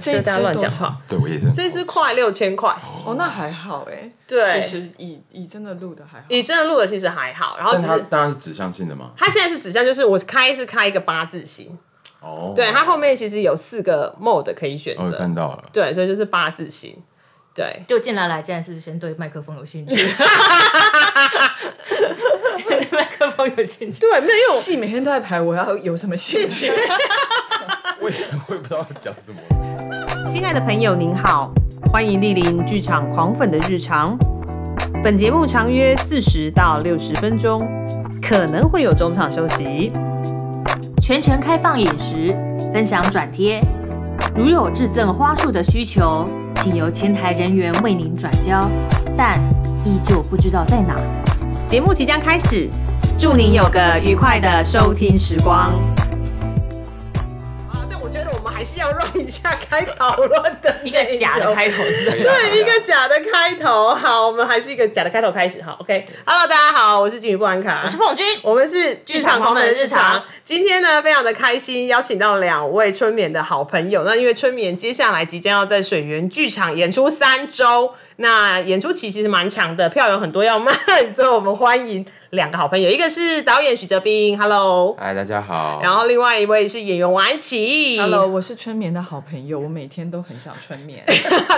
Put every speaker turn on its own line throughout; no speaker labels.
这一
大
只
家乱讲
多少
话。
对我也是很好奇。
这一支快六千块，
哦，那还好哎。
嗯对
其实以以真的录的还好。
你真的录的其实还好，然后
但
只
它
是
当然是指向性的嘛。
它现在是指向，就是我开是开一个八字形，
哦，
对，它后面其实有四个 mode 可以选
哦我
择，
看到了。
对，所以就是八字形，对，
就进来来，竟然是先对麦克风有兴趣， 对麦克风有兴趣。
对，没有，因为我
戏每天都在排，我要有什么 兴趣？
我也 我也不知道讲什么。
亲爱的朋友，您好，欢迎莅临剧场狂粉的日常。本节目长约四十到六十分钟，可能会有中场休息。
全程开放饮食，分享转贴。如有致赠花束的需求，请由前台人员为您转交，但依旧不知道在哪。
节目即将开始，祝您有个愉快的收听时光。啊，但我觉得我们还是要让一下开讨论的
一个假的开头是
对，一个假的开头。好，我们还是一个假的开头开始。好，OK，Hello，、大家好，我是金鱼布兰卡，
我是凤君，
我们是剧场狂人日常
剧场狂人日常，
今天呢非常的开心，邀请到两位春眠的好朋友。那因为春眠接下来即将要在水源剧场演出三周，那演出期其实蛮长的，票有很多要卖，所以我们欢迎两个好朋友，一个是导演许哲斌，Hello，
哎嗨，大家好。
然后另外一位是演员王安琪
Hello，我是春眠的好朋友，我每天都很想春 眠。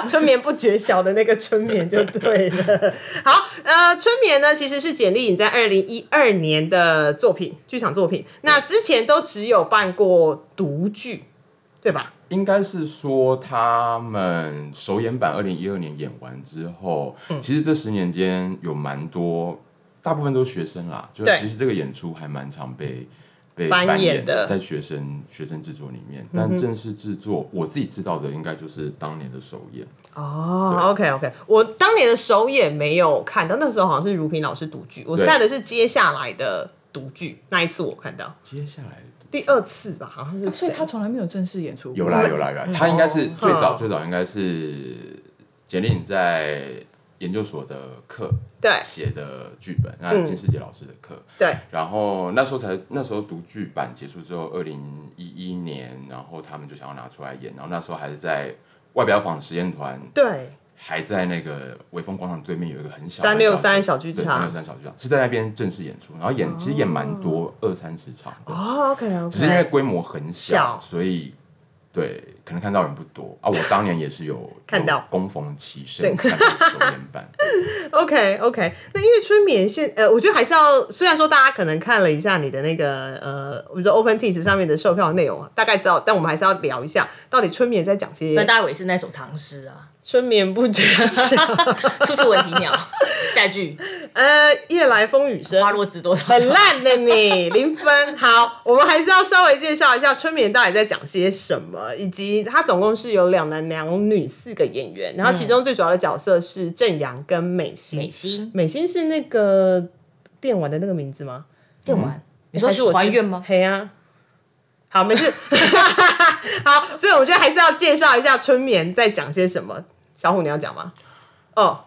春眠不觉晓的那个春眠就对了。好，呃，春眠呢其实是简历颖在二零一二年的作品，剧场作品。那之前都只有办过独剧，对吧？
应该是说他们首演版二零一二年演完之后，
嗯
其实这十年间有蛮多，大部分都是学生啦，就
对
是其实这个演出还蛮常被。被
扮演
扮
的嗯
在学生学生制作里面，但正式制作、我自己知道的应该就是当年的首演，
哦，OK OK，我当年的首演没有看到，那时候好像是如萍老师独剧，我
对
看的是接下来的独剧，那一次我看到
接下来的
第二次吧，好
哦
像是谁
所以他从来没有正式演出过。
有啦有啦有啦，他应该是最早
嗯
最早应该是简历在研究所的课
对嗯
写的剧本，那金世杰老师的课，
对，
然后那时候才那时候读剧版结束之后，二零一一年，然后他们就想要拿出来演，然后那时候还是在外表坊实验团
对
还在那个威风广场对面有一个很小
363小剧
三
场
六三小剧场是在那边正式演出，然后演、其实演蛮多二三十场的，
哦，OK
只是因为
OK，
规模很小，
小
所以对可能看到人不多啊。我当年也是有
看到
有供奉齐身看到首演 版，
OK OK，那因为春眠现呃，我觉得还是要，虽然说大家可能看了一下你的那个呃，比如说 OpenTix 上面的售票内容，大概知道，但我们还是要聊一下，到底春眠在讲些
那大伟是那首唐诗啊，
春眠不啊觉晓，
处处闻啼鸟。下一句，
呃，夜来风雨声，
花落知多少？
很烂的 你，零分。好，我们还是要稍微介绍一下春眠到底在讲些什么，以及它总共是有两男两女四个演员，然后其中最主要的角色是正阳跟美心，
美心
美心是那个电玩的那个名字吗？
电玩，你说
还是我
还愿吗？
嘿啊，好，没事。 好，所以我觉得还是要介绍一下春眠在讲些什么。小虎，你要讲吗？哦，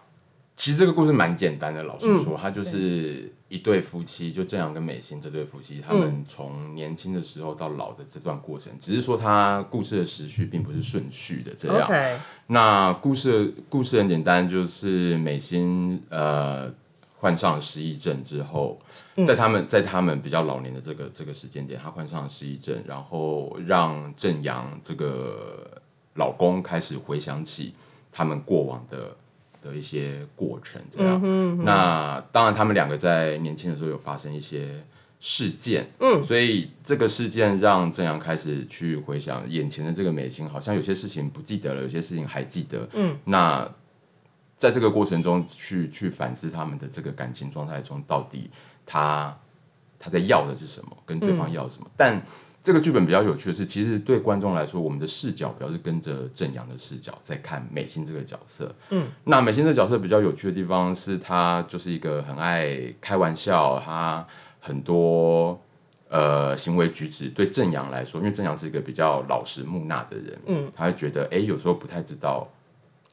其实这个故事蛮简单的，老实
嗯
说，他就是一对夫妻，就正阳跟美心这对夫妻，他
嗯
们从年轻的时候到老的这段过程，只是说他故事的时序并不是顺序的这样。
OK，
那故事故事很简单，就是美心呃患上了失忆症之后，在他们在他们比较老年的这个这个时间点，她患上了失忆症，然后让正阳这个老公开始回想起他们过往的的一些过程，这样。那当然，他们两个在年轻的时候有发生一些事件，嗯，所以这个事件让正阳开始去回想眼前的这个美心，好像有些事情不记得了，有些事情还记得，嗯，那在这个过程中去去反思他们的这个感情状态中，到底他他在要的是什么，跟对方要什么，但。这个剧本比较有趣的是，其实对观众来说，我们的视角比较是跟着正阳的视角在看美心这个角色。嗯，那美心这个角色比较有趣的地方是，她就是一个很爱开玩笑，她很多呃行为举止对正阳来说，因为正阳是一个比较老实木讷的人，嗯，他会觉得哎、诶有时候不太知道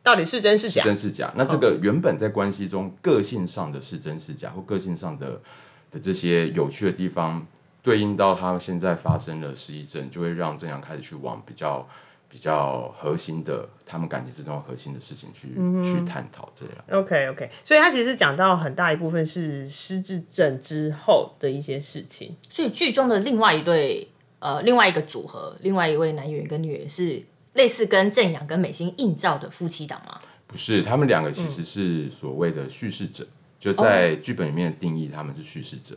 到底是真是
是
假？
真是假。那这个原本在关系中个性上的是真是假，或个性上的的这些有趣的地方，对应到他现在发生了失忆症，就会让正阳开始去往比较比较核心的，他们感情之中核心的事情去、去探讨这样。
OK OK，所以他其实讲到很大一部分是失智症之后的一些事情。
所以剧中的另外一对呃另外一个组合，另外一位男演员跟女演员是类似跟正阳跟美心映照的夫妻档吗？
不是，他们两个其实是所谓的叙事者，就在剧本里面的定义，他们是叙事者。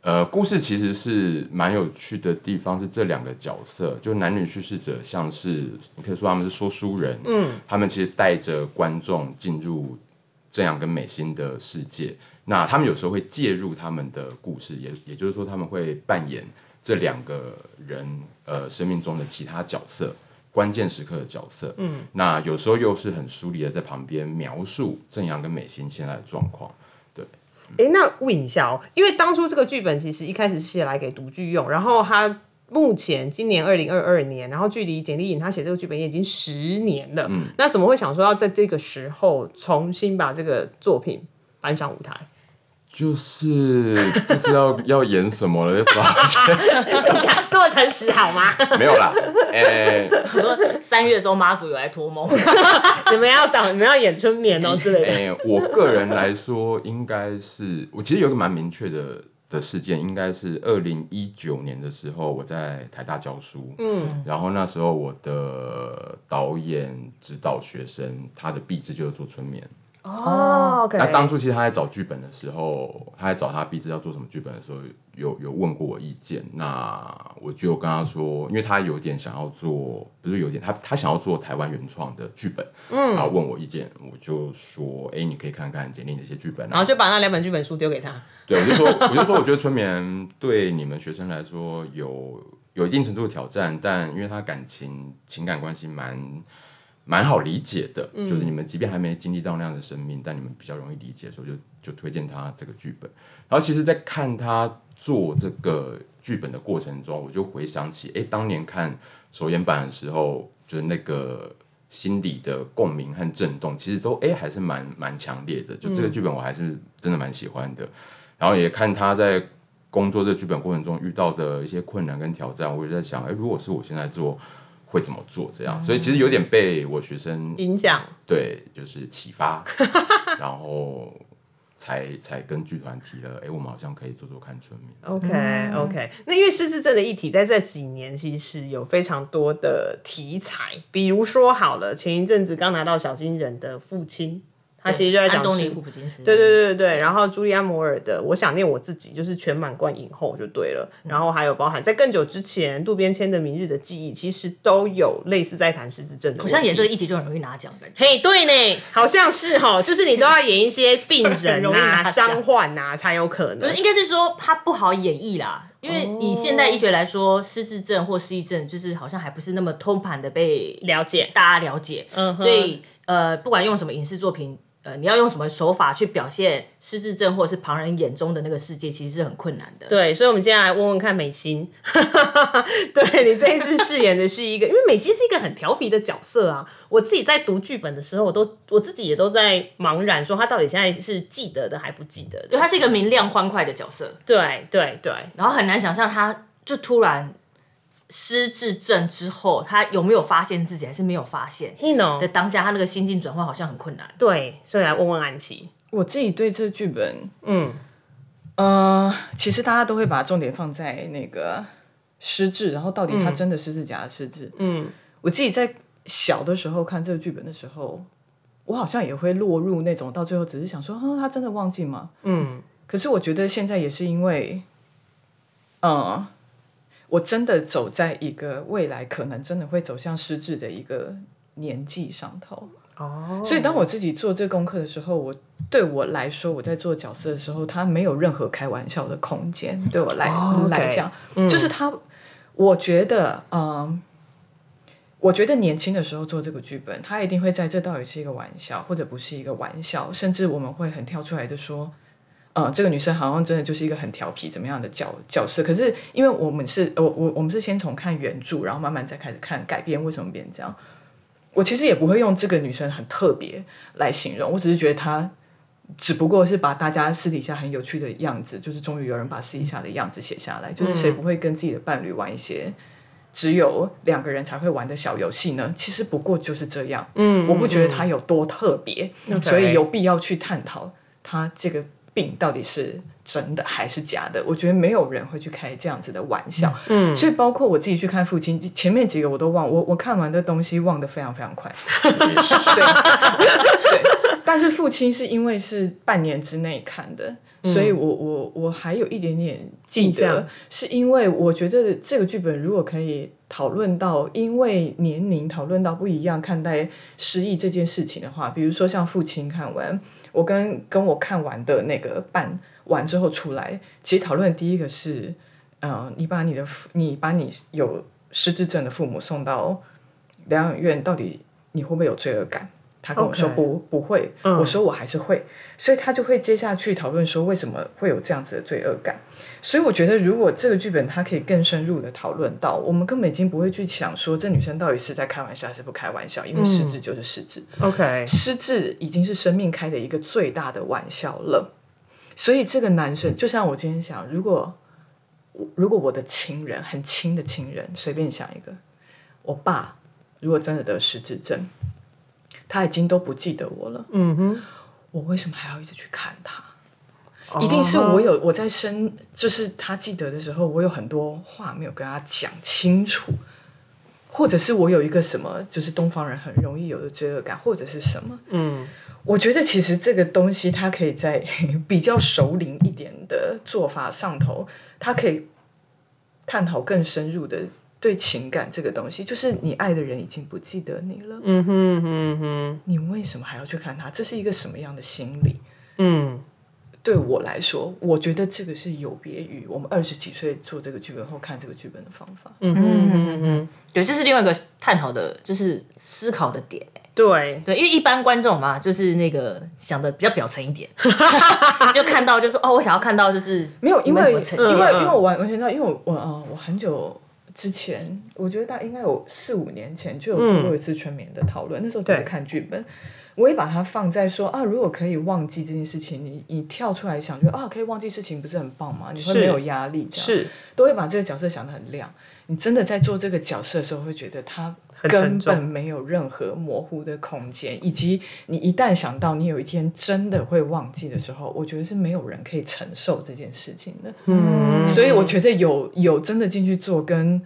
呃，故事其实是蛮有趣的地方是这两个角色，就男女叙事者，像是你可以说他们是说书人，嗯，他们其实带着观众进入正阳跟美心的世界。那他们有时候会介入他们的故事，也也就是说他们会扮演这两个人呃生命中的其他角色，关键时刻的角色。嗯，那有时候又是很疏离的在旁边描述正阳跟美心现在的状况。
诶，那问一下哦，因为当初这个剧本其实一开始是写来给独剧用，然后他目前今年二零二二年，然后距离简历颖他写这个剧本也已经十年了，
嗯
那怎么会想说要在这个时候重新把这个作品搬上舞台？
就是 不知道要演什么了，就找
这么诚实好吗？
没有 啦，诶、
我说三月的时候妈祖有来托梦，
你们要等，你们要演春眠哦之类的。
诶、我个人来说，应该是我其实有一个蛮明确的的事件，应该是二零一九年的时候，我在台大教书，嗯，然后那时候我的导演指导学生，他的毕制就是做春眠。
哦，OK，
那当初其实他在找剧本的时候，他在找他毕制要做什么剧本的时候，有有问过我意见。那我就跟他说，因为他有点想要做，不是有点，他他想要做台湾原创的剧本，嗯，然后问我意见，我就说，哎、你可以看看简历那些剧本
然
啊
后。就把那两本剧本书丢给他。
对，我就说，我就说，我觉得春眠对你们学生来说有有一定程度的挑战，但因为他感情情感关系蛮蛮好理解的，就是你们即便还没经历到那样的生命，但你们比较容易理解，所以我就就推荐他这个剧本。然后其实，在看他做这个剧本的过程中，我就回想起，哎，当年看首演版的时候，就是那个心理的共鸣和震动，其实都哎还是蛮蛮强烈的。就这个剧本，我还是真的蛮喜欢的。然后也看他在工作这个剧本过程中遇到的一些困难跟挑战，我也在想，哎，如果是我现在做。会怎么做？这样，所以其实有点被我学生
影响
对，就是启发，然后才才跟剧团提了，哎、我们好像可以做做看春眠。
，OK
嗯
OK。那因为失智症的议题在这几年其实有非常多的题材，比如说好了，前一阵子刚拿到小金人的父亲，他 其实就在讲
安东尼
失
·古普金斯，
对对对对，然后朱莉安·摩尔的《我想念我自己》就是全满贯影后就对了，
嗯
然后还有包含在更久之前渡边谦的《明日的记忆》，其实都有类似在谈失智症的问
好
题，
像演这个议题就很容易拿奖的感觉。
嘿，对呢，好像是哈，就是你都要演一些病
很
人
容易
啊、
拿奖
伤患啊才有可
不
能
是，。应该是说它不好演绎啦，因为
哦
以现代医学来说，失智症或失忆症就是好像还不是那么通盘的被
了解，
大家了解，
嗯哼
所以呃，不管用什么影视作品，呃，你要用什么手法去表现失智症或者是旁人眼中的那个世界，其实是很困难的。
对，所以我们接下来问问看美心，对你这一次饰演的是一个，因为美心是一个很调皮的角色啊。我自己在读剧本的时候，我都我自己也都在茫然，说她到底现在是记得的还不记得
对，
的。
他是一个明亮欢快的角色，
对对对，
然后很难想象他就突然失智症之后，他有没有发现自己，还是没有发现
h i n
的
o
当下，他那个心境转换好像很困难。
对，所以来问问安琪，
我自己对这剧本，
嗯，
呃，其实大家都会把重点放在那个失智，然后到底他真的失智假的失智。
嗯，
我自己在小的时候看这个剧本的时候，我好像也会落入那种到最后只是想说，哼，他真的忘记吗？
嗯，
可是我觉得现在也是因为，嗯，我真的走在一个未来可能真的会走向失智的一个年纪上头。
哦，
所以当我自己做这功课的时候，我对我来说，我在做角色的时候，他没有任何开玩笑的空间。对我来、
哦，OK
来讲，就是他，我觉得，嗯、我觉得年轻的时候做这个剧本，他一定会在这到底是一个玩笑，或者不是一个玩笑，甚至我们会很跳出来的说。呃，这个女生好像真的就是一个很调皮怎么样的角角色，可是因为我们是，呃我我我们是先从看原著，然后慢慢再开始看改编为什么变这样，我其实也不会用这个女生很特别来形容，我只是觉得她只不过是把大家私底下很有趣的嗯样子，就是终于有人把私底下的样子写下来，就是谁不会跟自己的伴侣玩一些只有两个人才会玩的小游戏呢？其实不过就是这样。嗯，我不觉得它有多特别，所以有必要去探讨它这个病到底是真的还是假的。我觉得没有人会去开这样子的玩笑。嗯，所以包括我自己去看父亲，前面几个我都忘，我我看完的东西忘得非常非常快。
也是
但是父亲是因为是半年之内看的，所以我我我还有一点点
嗯
记
印
得
象，
是因为我觉得这个剧本如果可以讨论到因为年龄讨论到不一样看待失忆这件事情的话，比如说像父亲看完，我跟跟我看完的那个伴完之后出来，其实讨论的第一个是，呃，你把你的父你把你有失智症的父母送到疗养院，到底你会不会有罪恶感？他跟我说
OK
不不会，我说我还是会，所以他就会接下去讨论说为什么会有这样子的罪恶感。所以我觉得，如果这个剧本它可以更深入的讨论到，我们根本已经不会去想说这女生到底是在开玩笑还是不开玩笑，因为失智就是失智，
嗯 OK，
失智已经是生命开的一个最大的玩笑了。所以这个男生，就像我今天想，如果我如果我的亲人很亲的亲人，随便想一个，我爸如果真的得失智症，他已经都不记得我了，嗯哼，哦我为什么还要一直去看他？一定是我有我在生，就是他记得的时候，我有很多话没有跟他讲清楚，或者是我有一个什么，就是东方人很容易有的罪恶感，或者是什么，嗯，我觉得其实这个东西，它可以在比较熟龄一点的做法上头，它可以探讨更深入的对情感这个东西，就是你爱的人已经不记得你了，嗯哼哼哼，你为什么还要去看他？这是一个什么样的心理？
嗯，
对我来说，我觉得这个是有别于我们二十几岁做这个剧本后看这个剧本的方法。嗯，
对，这是另外一个探讨的，就是思考的点。
对，
对，因为一般观众嘛，就是那个想的比较表层一 点，就看到就说哦，我想要看到就是
没有，
你
因
们
为
怎么呈现
因为
嗯
因为我完完全知道，因为我我呃我很久之前，我觉得大概应该有四五年前就有做过一次全眠的讨论，那时候只是
对
看剧本。我也把它放在说啊，如果可以忘记这件事情，你你跳出来想，就啊可以忘记事情，不是很棒吗？你会
是
没有压力，这样
是
都会把这个角色想得很亮。你真的在做这个角色的时候，会觉得他
很沉
根本
重
没有任何模糊的空间，以及你一旦想到你有一天真的会忘记的时候，我觉得是没有人可以承受这件事情的。嗯，所以我觉得有有真的进去做，跟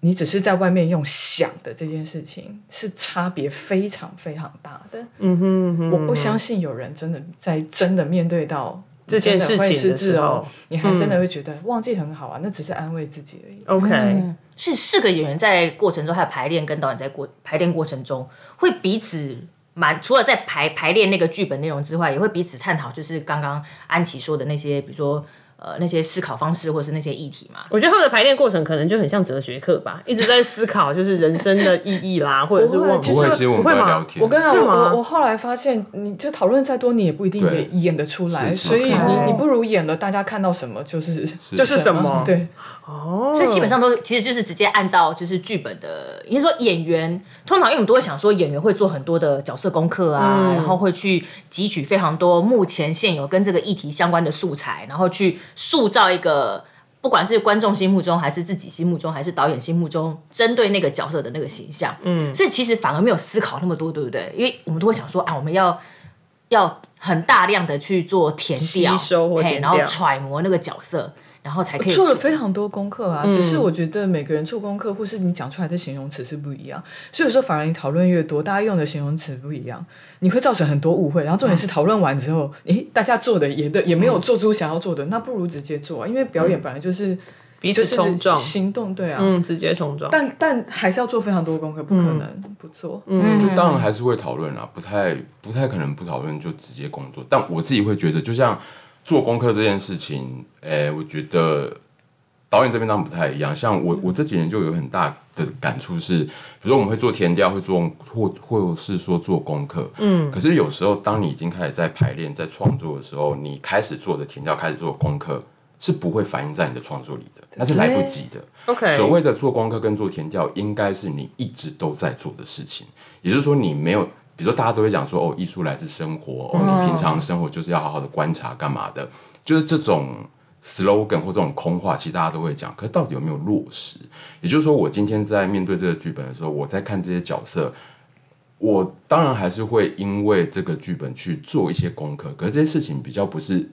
你只是在外面用想的这件事情是差别非常非常大的。嗯哼我不相信有人真的在真的面对到。
这件事情
失
的
智
时
哦
候，
你还真的会觉得忘记很好啊，那只是安慰自己而已。
，OK，
嗯
是四个演员在过程中，还有排练跟导演在过排练过程中，会彼此蛮除了在排排练那个剧本内容之外，也会彼此探讨，就是刚刚安琪说的那些，比如说呃那些思考方式或是那些议题嘛。
我觉得他们的排练过程可能就很像哲学课吧，一直在思考就是人生的意义啦，或者是
不会
忘
其
不会，
实
其实我们
不会
都在
吗
聊天。
我跟你讲，
是
我
吗
我我后来发现，你就讨论再多，你也不一定
对
也演得出来，
是
所以
哦
你你不如演了，大家看到什么就是
就是什么
对，
所以基本上都其实就是直接按照就是剧本的，应该说演员通常因为我们都会想说演员会做很多的角色功课啊，然后会去汲取非常多目前现有跟这个议题相关的素材，然后去塑造一个不管是观众心目中还是自己心目中还是导演心目中针对那个角色的那个形象，嗯，所以其实反而没有思考那么多，对不对？因为我们都会想说啊，我们要要很大量的去做填掉，
吸收或
嘿
填
然后
掉
揣摩那个角色。然后才可以
做了
出
非常多功课
嗯
啊，只是我觉得每个人做功课或是你讲出来的形容词是不一样，所以有时候反而你讨论越多，大家用的形容词不一样，你会造成很多误会。然后重点
嗯
是讨论完之后，诶，大家做的也的也没有做出想要做的，那不如直接做啊，因为表演本来就是
彼
就
此
是
嗯冲撞，
行动，对啊，
嗯，直嗯接冲撞。
但但还是要做非常多功课，不可能不做。
就当然还是会讨论啦，不太不太可能不讨论就直接工作。但我自己会觉得，就像做功课这件事情，诶、我觉得导演这边当然不太一样。像我我这几年就有很大的感触是，比如说我们会做填调，会做或或是说做功课，嗯，可是有时候当你已经开始在排练、在创作的时候，你开始做的填调、开始做的功课是不会反映在你的创作里的，那是来不及的。
OK，
所谓的做功课跟做填调，应该是你一直都在做的事情。也就是说，你没有，比如说大家都会讲说，哦，艺术来自生活，哦，你平常生活就是要好好的观察干嘛的，就是这种 slogan 或这种空话，其实大家都会讲，可是到底有没有落实？也就是说，我今天在面对这个剧本的时候，我在看这些角色，我当然还是会因为这个剧本去做一些功课，可是这些事情比较不是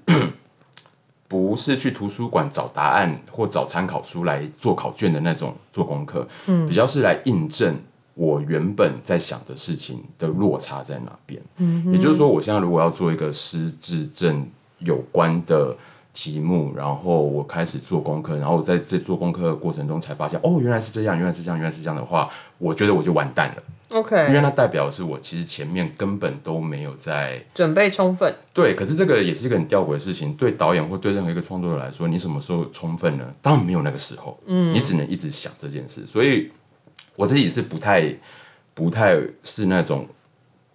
不是去图书馆找答案或找参考书来做考卷的那种做功课，嗯，比较是来印证我原本在想的事情的落差在哪边。嗯，也就是说，我现在如果要做一个失智症有关的题目，然后我开始做功课，然后我在这做功课的过程中才发现，哦，原来是这样，原来是这样，原来是这样的话，我觉得我就完蛋了，因为
OK，
它代表的是我其实前面根本都没有在。
准备充分，
对，可是这个也是一个很吊诡的事情，对导演或对任何一个创作者来说，你什么时候充分呢？当然没有那个时候，嗯，你只能一直想这件事。所以我自己是不太、不太是那种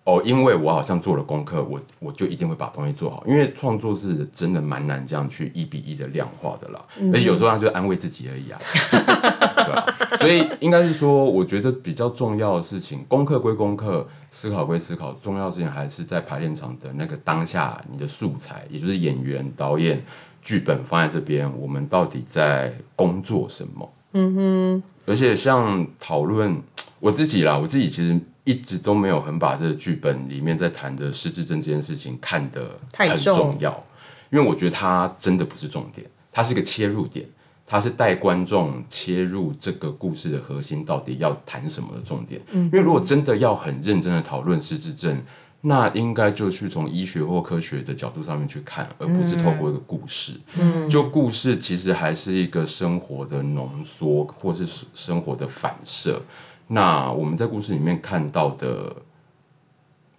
哦，因为我好像做了功课，我我就一定会把东西做好。因为创作是真的蛮难这样去一比一的量化的啦，而且有时候他就安慰自己而已啊。对啊，所以应该是说，我觉得比较重要的事情，功课归功课，思考归思考，重要的事情还是在排练场的那个当下，你的素材，也就是演员、导演、剧本放在这边，我们到底在工作什么？嗯哼，而且像讨论我自己啦，我自己其实一直都没有很把这个剧本里面在谈的失智症这件事情看得
太
很
重
重要，因为我觉得它真的不是重点，它是一个切入点。它是带观众切入这个故事的核心，到底要谈什么的重点。因为如果真的要很认真的讨论失智症，那应该就去从医学或科学的角度上面去看，而不是透过一个故事。嗯，就故事其实还是一个生活的浓缩，或是生活的反射。那我们在故事里面看到的，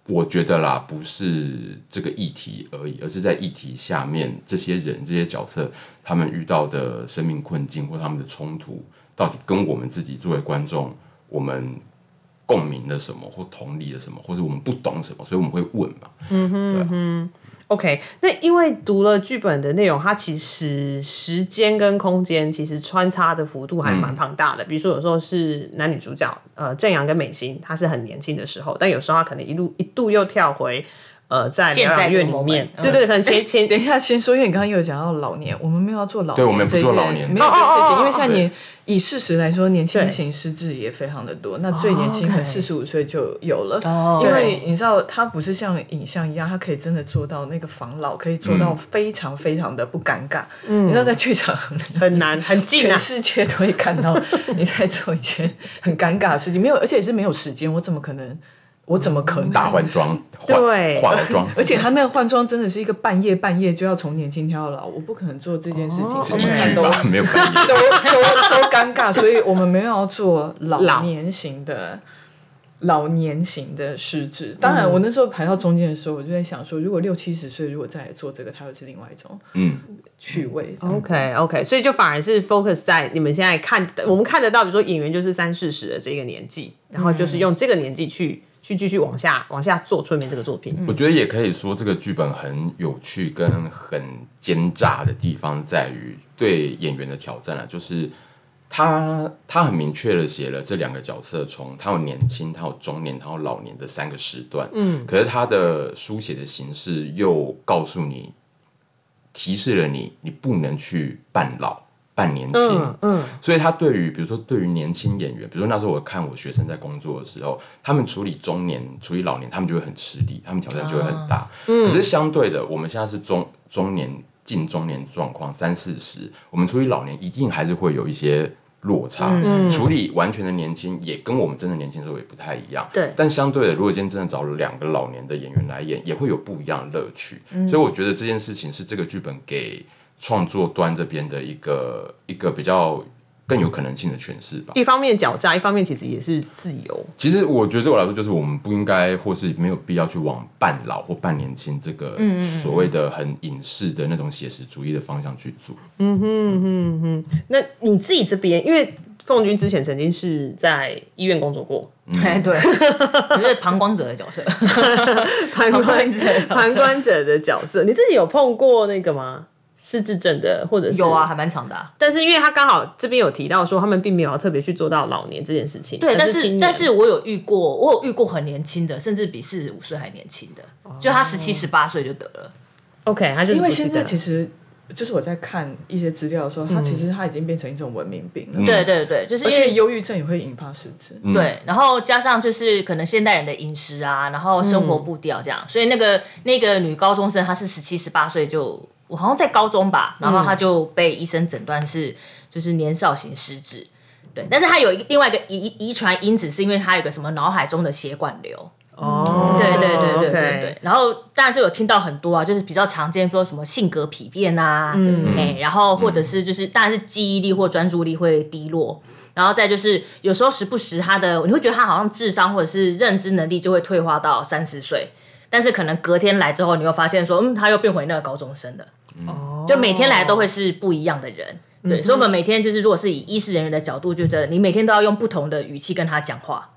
我觉得啦，不是这个议题而已，而是在议题下面这些人、这些角色他们遇到的生命困境或他们的冲突，到底跟我们自己作为观众，我们共鸣了什么，或同理了什么，或者我们不懂什么，所以我们会问嘛。
OK，那因为读了剧本的内容，它其实时间跟空间其实穿插的幅度还蛮庞大的。比如说，有时候是男女主角，呃，正阳跟美心，他是很年轻的时候，但有时候他可能一路一度又跳回，呃，在
现
疗
在
养
这个
院里
moment，
面，
嗯
对对，可能前前
等一下，先说，因为你刚刚有讲到老年，我们没有要做老年这
对
件，
我们不做老年
没有这
哦哦
件
哦
事
哦
情，因为现在年以事实来说，年轻
对
型失智也非常的多，那最年轻
哦
可
，OK
能四十五岁就有了，
哦
因为你知道，它不是像影像一样，它可以真的做到那个防老，可以做到非常非常的不尴尬。
嗯
你知道，在 剧场很
很难很近啊
全，世界都会看到你在做一件很尴尬的事情，没有，而且也是没有时间，我怎么可能？我怎么可能
大换装，换
对
化了妆，
而且他那个换装真的是一个半夜半夜就要从年轻挑到老，我不可能做这件事情，
哦
怎
是
么
一
看
句
都
吧，没有翻译。
都都都尴尬，所以我们没有要做老年型的。老年型的失智，当然，我那时候排到中间的时候，我就在想说，如果六七十岁如果再来做这个，它又是另外一种
嗯
趣味。
OK OK，所以就反而是 focus 在你们现在看的，我们看得到，比如说演员就是三四十的这个年纪，然后
嗯
就是用这个年纪去去继续往下往下做春眠这个作
嗯
品。
我觉得也可以说，这个剧本很有趣跟很奸诈的地方在于对演员的挑战啊，就是他他很明确的写了这两个角色，从他有年轻，他有中年，他有老年的三个时段。嗯，可是他的书写的形式又告诉你，提示了你，你不能去扮老、扮年轻。
嗯嗯，
所以他对于比如说对于年轻演员，比如说那时候我看我学生在工作的时候，他们处理中年、处理老年，他们就会很吃力，他们挑战就会很大。可是相对的，我们现在是中中年近中年状况，三四十，我们处理老年一定还是会有一些。落差、处理完全的年轻也跟我们真的年轻的时候也不太一样，
对
但相对的，如果今天真的找了两个老年的演员来演，也会有不一样的乐趣。所以我觉得这件事情是这个剧本给创作端这边的一个一个比较更有可能性的诠释吧。
一方面狡诈，一方面其实也是自由。
其实我觉得对我来说，就是我们不应该或是没有必要去往半老或半年轻这个
嗯
所谓的很影视的那种写实主义的方向去做。
嗯那你自己这边，因为凤君之前曾经是在医院工作过，
哎， 对，我是旁观者的角色，
旁
观者的角色
旁观者的角色，你自己有碰过那个吗？失智症的，或者是
有啊，，还蛮长的啊、
但是因为他刚好这边有提到说，他们并没有要特别去做到老年这件事情。
对，但
而青
是
年
但是我有遇过，我有遇过很年轻的，甚至比四哦十五岁还年轻的，就他十七十八岁就得了。
OK，他就是
因为
不是
现在
的
其实就是我在看一些资料的时候，它其实它已经变成一种文明病了，
对对对，就是
而
因
且
为
忧郁症也会引发失智。
对，然后加上就是可能现代人的饮食啊，然后生活步调这样，所以那个那个女高中生她是十七十八岁就，我好像在高中吧，然后她就被医生诊断是就是年少型失智。对，但是她有一个另外一个遗遗传因子，是因为她有个什么脑海中的血管瘤。
哦，
对对对对对
OK
对。然后当然就有听到很多啊，就是比较常见说什么性格疲变啊，嗯，哎，然后或者是就是当然是记忆力或专注力会低落。然后再就是，有时候时不时他的，你会觉得他好像智商或者是认知能力就会退化到三十岁，但是可能隔天来之后，你又发现说，嗯，他又变回那个高中生了。哦，就每天来都会是不一样的人。
嗯
对，所以我们每天就是，如果是以医师人员的角度，就觉得你每天都要用不同的语气跟他讲话。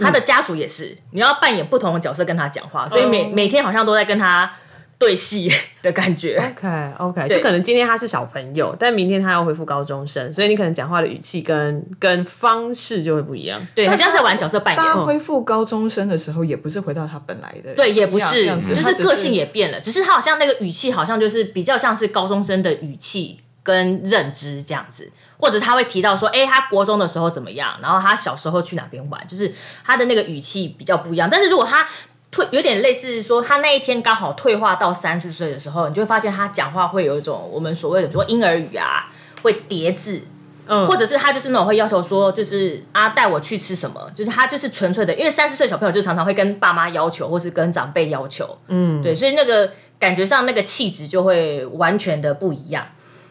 他
嗯
的家属也是，你要扮演不同的角色跟他讲话，所以
哦
每、每天好像都在跟他对戏的感
哦
觉。
OK OK，
对
就可能今天他是小朋友，但明天他要恢复高中生，所以你可能讲话的语气跟跟方式就会不一样。
对，好像在玩角色扮
大家
演。嗯
恢复高中生的时候，也不是回到他本来的，
对，也不是，
样子，
就
他
是
只
个性也变了，只是他好像那个语气，好像就是比较像是高中生的语气跟认知这样子，或者他会提到说，哎、他国中的时候怎么样，然后他小时候去哪边玩，就是他的那个语气比较不一样。但是如果他退，有点类似说他那一天刚好退化到三四岁的时候，你就会发现他讲话会有一种我们所谓的，比如说婴儿语啊，会叠字，
嗯，
或者是他就是那种会要求说，就是啊带我去吃什么，就是他就是纯粹的，因为三四岁小朋友就常常会跟爸妈要求，或是跟长辈要求，嗯，对，所以那个感觉上那个气质就会完全的不一样。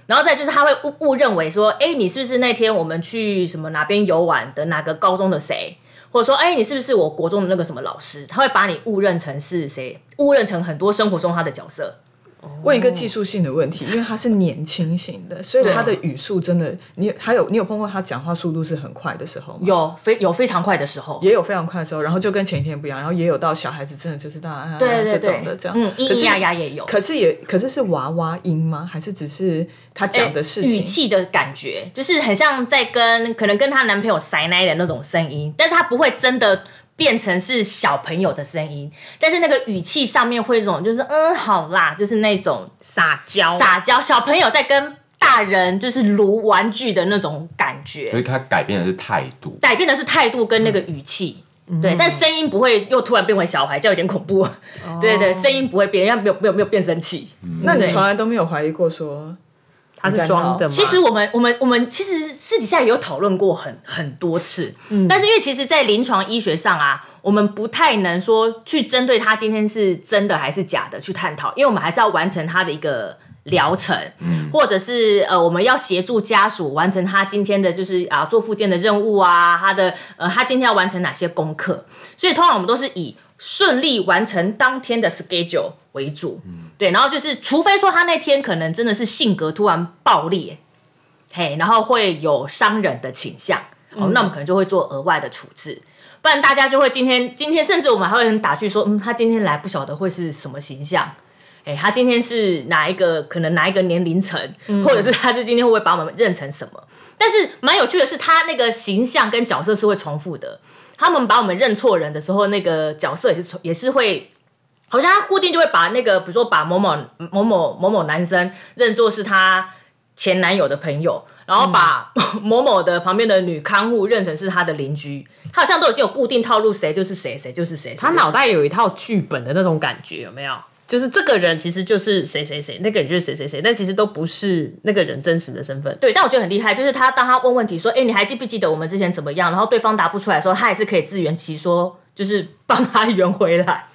然后再就是他会误误认为说，哎，你是不是那天我们去什么哪边游玩的哪个高中的谁，或者说，哎，你是不是我国中的那个什么老师？他会把你误认成是谁，误认成很多生活中他的角色。
问一个技术性的问题，因为他是年轻型的，所以
啊
他的语速真的，你还有你有碰过他讲话速度是很快的时候吗？
有非有非常快的时候，
也有非常快的时候，然后就跟前一天不一样，然后也有到小孩子真的就是大啊
对对
这
对
种的这样，
嗯，咿
可
咿
是
呀呀也有。
可是也可是是娃娃音吗？还是只是他讲的事
哎语
情？
气的感觉，就是很像在跟可能跟她男朋友塞奶的那种声音，但是她不会真的变成是小朋友的声音，但是那个语气上面会有一种就是嗯好啦，就是那种
撒娇，
撒
哦
娇，小朋友在跟大人就是撸玩具的那种感
所
觉，
以他改变的是态度。
改变的是态度跟那个语气。
嗯
对，但声音不会又突然变回小孩，这样有点恐怖。
哦
对对，声音不会变，要没有没有没有变声器。
那你
对
从来都没有怀疑过说
他是装的吗？
其实我们我们我们其实私底下也有讨论过很很多次，
嗯
但是因为其实，在临床医学上啊，我们不太能说去针对他今天是真的还是假的去探讨，因为我们还是要完成他的一个疗程，
嗯
或者是呃，我们要协助家属完成他今天的就是啊做复健的任务啊，他的呃他今天要完成哪些功课，所以通常我们都是以顺利完成当天的 schedule 为主，
嗯
对，然后就是除非说他那天可能真的是性格突然爆裂，嘿，然后会有伤人的倾向，哦，那我们可能就会做额外的处置。不然大家就会今天今天，甚至我们还会很打趣说，嗯，他今天来不晓得会是什么形象，哎、他今天是哪一个可能哪一个年龄层，
嗯
或者是他是今天会不会把我们认成什么？但是蛮有趣的是，他那个形象跟角色是会重复的。他们把我们认错人的时候，那个角色也是重也是会好像他固定就会把那个，比如说把某某某某某某男生认作是他前男友的朋友，然后把
嗯
某某的旁边的女看护认成是他的邻居，他好像都已经有固定套路，谁就是谁，谁就是谁。
他脑袋有一套剧本的那种感觉，有没有？就是这个人其实就是谁谁谁，那个人就是谁谁谁，但其实都不是那个人真实的身份。
对，但我觉得很厉害，就是他当他问问题说：“哎、你还记不记得我们之前怎么样？”然后对方答不出来的时候，他也是可以自圆其说，就是帮他圆回来。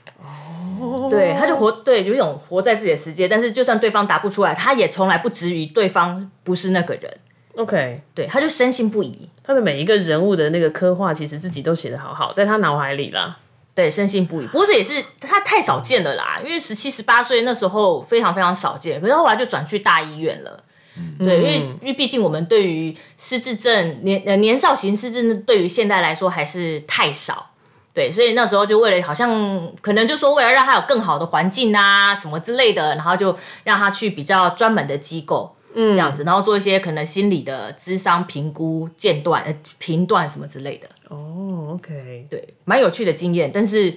哦，对，他就活对，有一种活在自己的世界。但是就算对方答不出来，他也从来不质疑对方不是那个人，
OK，
对，他就深信不疑，
他的每一个人物的那个刻画，其实自己都写的好好，在他脑海里啦。
对，深信不疑。不过这也是他太少见了啦，因为十七、十八岁那时候非常非常少见，可是后来就转去大医院了。对，因为因为毕竟我们对于失智症年呃年少型失智症对于现代来说还是太少，对，所以那时候就为了好像可能就说为了让他有更好的环境啊什么之类的，然后就让他去比较专门的机构，嗯，这样子，然后做一些可能心理的智商评估、鉴断、呃评断什么之类的，
哦，OK，
对，蛮有趣的经验，但是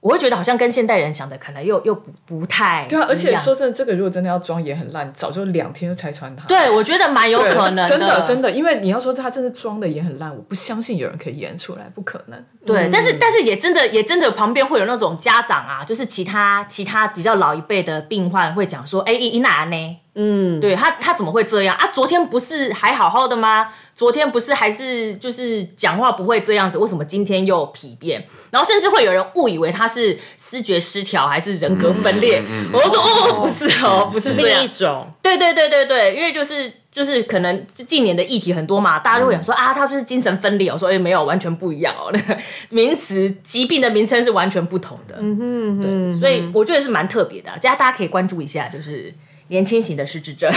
我会觉得好像跟现代人想的可能又又不不太
对啊，而
一
且
样
说真的，这个如果真的要装也很烂，早就两天就拆穿他。
对，我觉得蛮 有
对，
可能
真
的
真的，因为你要说他真的装的也很烂，我不相信有人可以演出来，不可能。
对，但是但是也真的也真的旁边会有那种家长啊，就是其他其他比较老一辈的病患会讲说，哎、伊伊娜呢？嗯，对他他怎么会这样啊？昨天不是还好好的吗？昨天不是还是就是讲话不会这样子，为什么今天又皮变？然后甚至会有人误以为他是视觉失调还是人格分裂，我就说哦，不是哦，不是这样
另一，种，
对对对对对，因为就是就是可能近年的议题很多嘛，大家就会想说、啊，他就是精神分裂哦。我说哎、没有，完全不一样哦。那 个名词疾病的名称是完全不同的，嗯哼对，所以我觉得是蛮特别的、啊，大家大家可以关注一下，就是年轻型的失智症。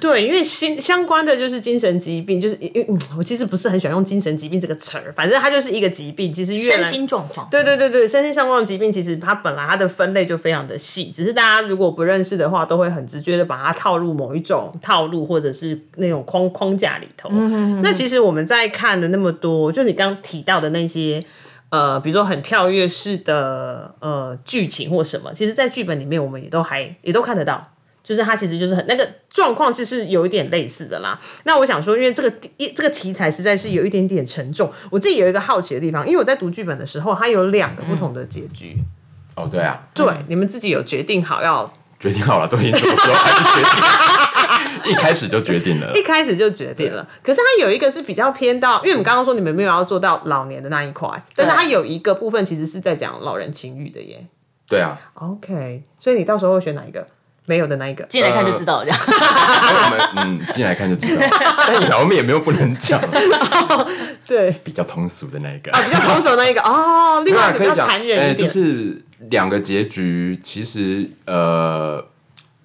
对，因为新相关的就是精神疾病，就是因为、嗯、我其实不是很喜欢用精神疾病这个词儿，反正它就是一个疾病，其实越
身
来。呃
心状况。
对对对对，身心相关的疾病其实它本来它的分类就非常的细，只是大家如果不认识的话，都会很直觉的把它套入某一种套路或者是那种框框架里头。那其实我们在看的那么多，就你刚提到的那些。呃，比如说很跳跃式的呃剧情或什么，其实，在剧本里面我们也都还也都看得到，就是它其实就是很那个状况，其实有一点类似的啦。那我想说，因为这个一这个题材实在是有一点点沉重，我自己有一个好奇的地方，因为我在读剧本的时候，它有两个不同的结局。
哦，对啊，
对，你们自己有决定好要
决定好了，都已经什么时候还是决定了，一 开始就决定了
一。开始就决定了。可是它有一个是比较偏到，因为我们刚刚说你们没有要做到老年的那一块，但是它有一个部分其实是在讲老人情欲的耶。
对啊，
OK，所以你到时候会选哪一个？没有的那一个。
进来看就知道了，这样、
我们嗯进来看就知道，但也我们也没有不能讲，
对，
比较通俗的那 一个。
比较保守那一个哦，另
对
外
啊
一，个比
可以
较
讲，
残忍一点。
就是两个结局，其实呃，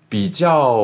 比较